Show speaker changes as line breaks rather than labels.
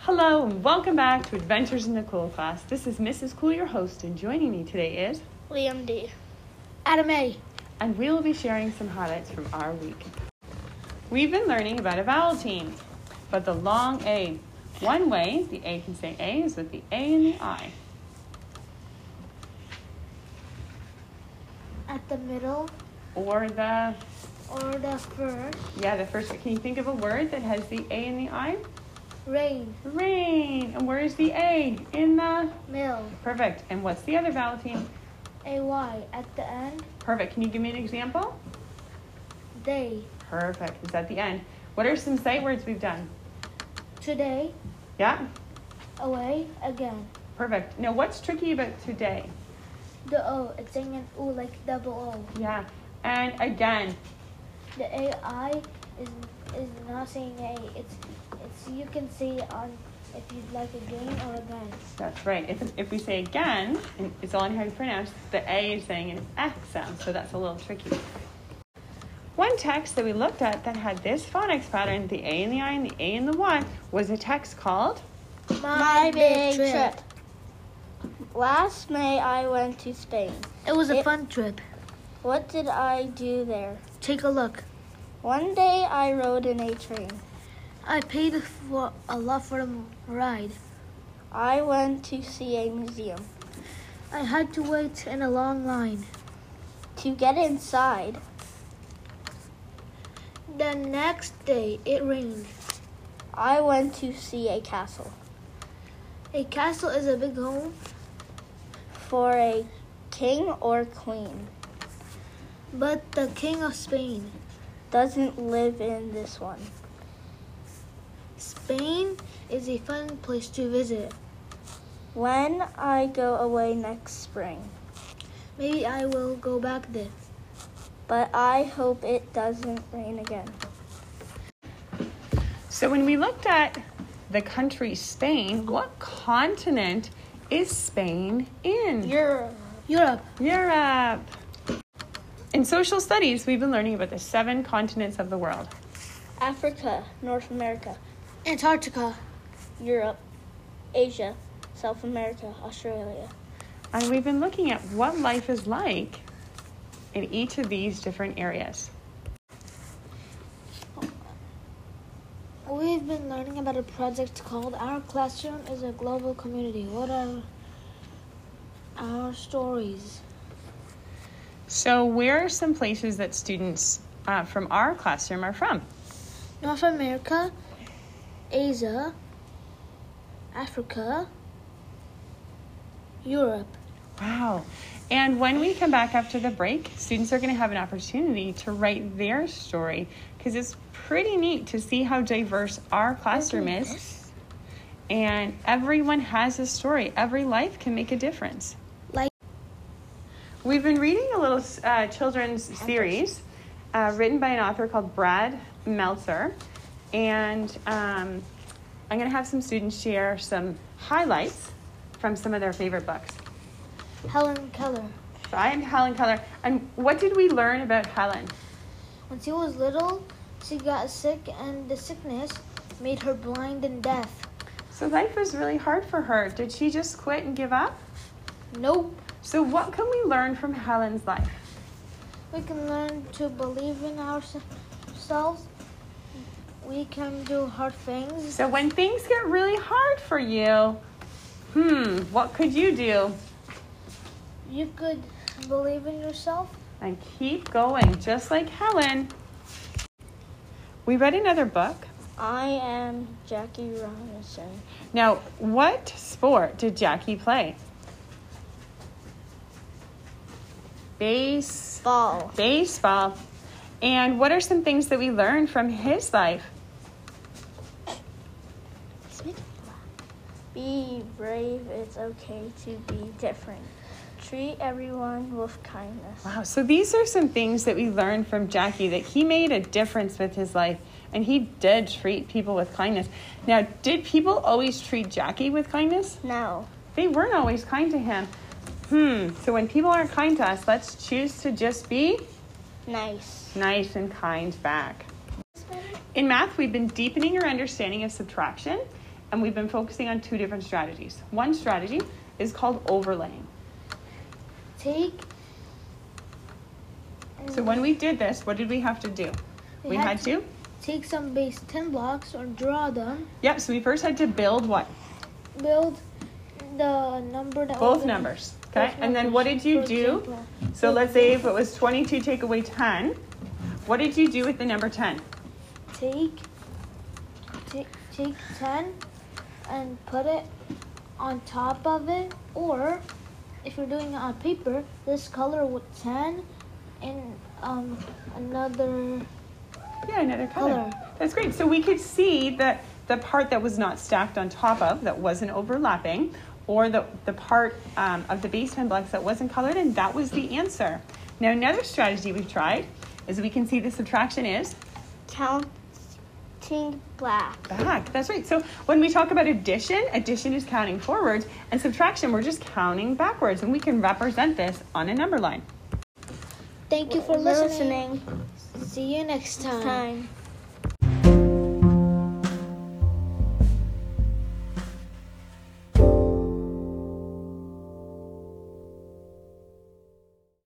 Hello and welcome back to Adventures in the Cool class. This is Mrs. Cool, your host, and joining me today is,
Liam D. Adam A.
and we will be sharing some highlights from our week. We've been learning about a vowel team, but the long A. One way the A can say A is with the A and the I.
At the middle
Or the,
or the first.
yeah, the first, can you think of a word that has the A and the I?
Rain.
Rain. And where is the A? In the,
Mill.
perfect. And what's the other vowel team?
AY. At the end.
Perfect. Can you give me an example?
Day.
Perfect. Is at the end. What are some sight words we've done?
Today.
Yeah,
Away. Again.
perfect. Now, what's tricky about today?
The O. It's saying an O like double O.
Yeah, and again,
The AI is is not saying A. It's it's you can see on if you'd like again or again.
that's right. If, if we say again, and it's all in how you pronounce, the A is saying an X sound, so that's a little tricky. One text that we looked at that had this phonics pattern, the A and the I and the A and the Y, was a text called
My big trip. Last May, I went to Spain.
It was
a
fun trip.
What did I do there?
Take a look.
One day, I rode in a train.
I paid for a lot for a ride.
I went to see a museum.
I had to wait in a long line.
To get inside,
The next day it rained.
I went to see a castle.
A castle is a big home,
For a king or queen
but the king of Spain.
doesn't live in this one.
Spain is a fun place to visit.
When I go away next spring,
Maybe I will go back there.
but I hope it doesn't rain again.
So when we looked at the country Spain, what continent is Spain in?
You're
Europe.
Europe. In social studies, we've been learning about the seven continents of the world.
Africa, North America,
Antarctica.
Europe, Asia, South America, Australia.
And we've been looking at what life is like in each of these different areas.
We've been learning about a project called Our Classroom is a Global Community. What are our stories?
So, where are some places that students uh, from our classroom are from?
North America, Asia, Africa, Europe.
Wow. And when we come back after the break, students are going to have an opportunity to write their story because it's pretty neat to see how diverse our classroom is. And everyone has a story, every life can make a difference.
Like-
We've been reading a little uh, children's series uh, written by an author called Brad Meltzer. And um, I'm going to have some students share some highlights from some of their favorite books.
Helen Keller.
So I am Helen Keller. And what did we learn about Helen?
When she was little, she got sick, and the sickness made her blind and deaf.
So life was really hard for her. Did she just quit and give up?
Nope.
So what can we learn from Helen's life?
We can learn to believe in ourselves. We can do hard things.
So when things get really hard for you, hmm, what could you do?
You could believe in yourself.
And keep going, just like Helen. We read another book.
I am Jackie Robinson.
Now, what sport did Jackie play? Base.
Ball.
baseball. And what are some things that we learned from his life?
Be brave. It's okay to be different. Treat everyone with kindness.
Wow, so these are some things that we learned from Jackie that he made a difference with his life and he did treat people with kindness. Now, did people always treat Jackie with kindness?
No.
They weren't always kind to him. Hmm, so when people aren't kind to us, let's choose to just be
Nice.
nice and kind back. In math, we've been deepening our understanding of subtraction And we've been focusing on two different strategies. One strategy is called overlaying.
Take.
So when we did this, what did we have to do? We had to.
take some base ten blocks or draw them.
Yep. So we first had to build what?
Build the number that.
Both
was-
numbers. Okay.
both
And then
numbers,
what did you
for
do?
example.
So let's say if it was 22, take away 10. What did you do with the number 10?
Take, take, take ten, and put it on top of it. Or, if you're doing it on paper, this color with ten, and um another.
Yeah, another color.
Color.
That's great. So we could see that the part that was not stacked on top of, that wasn't overlapping, or the, the part um, of the basement blocks that wasn't colored in, that was the answer. Now, another strategy we've tried is we can see the subtraction is
Counting black.
back. That's right. So when we talk about addition, addition is counting forwards, and subtraction, we're just counting backwards. And we can represent this on a number line.
Thank you for listening. See you next time.
Time.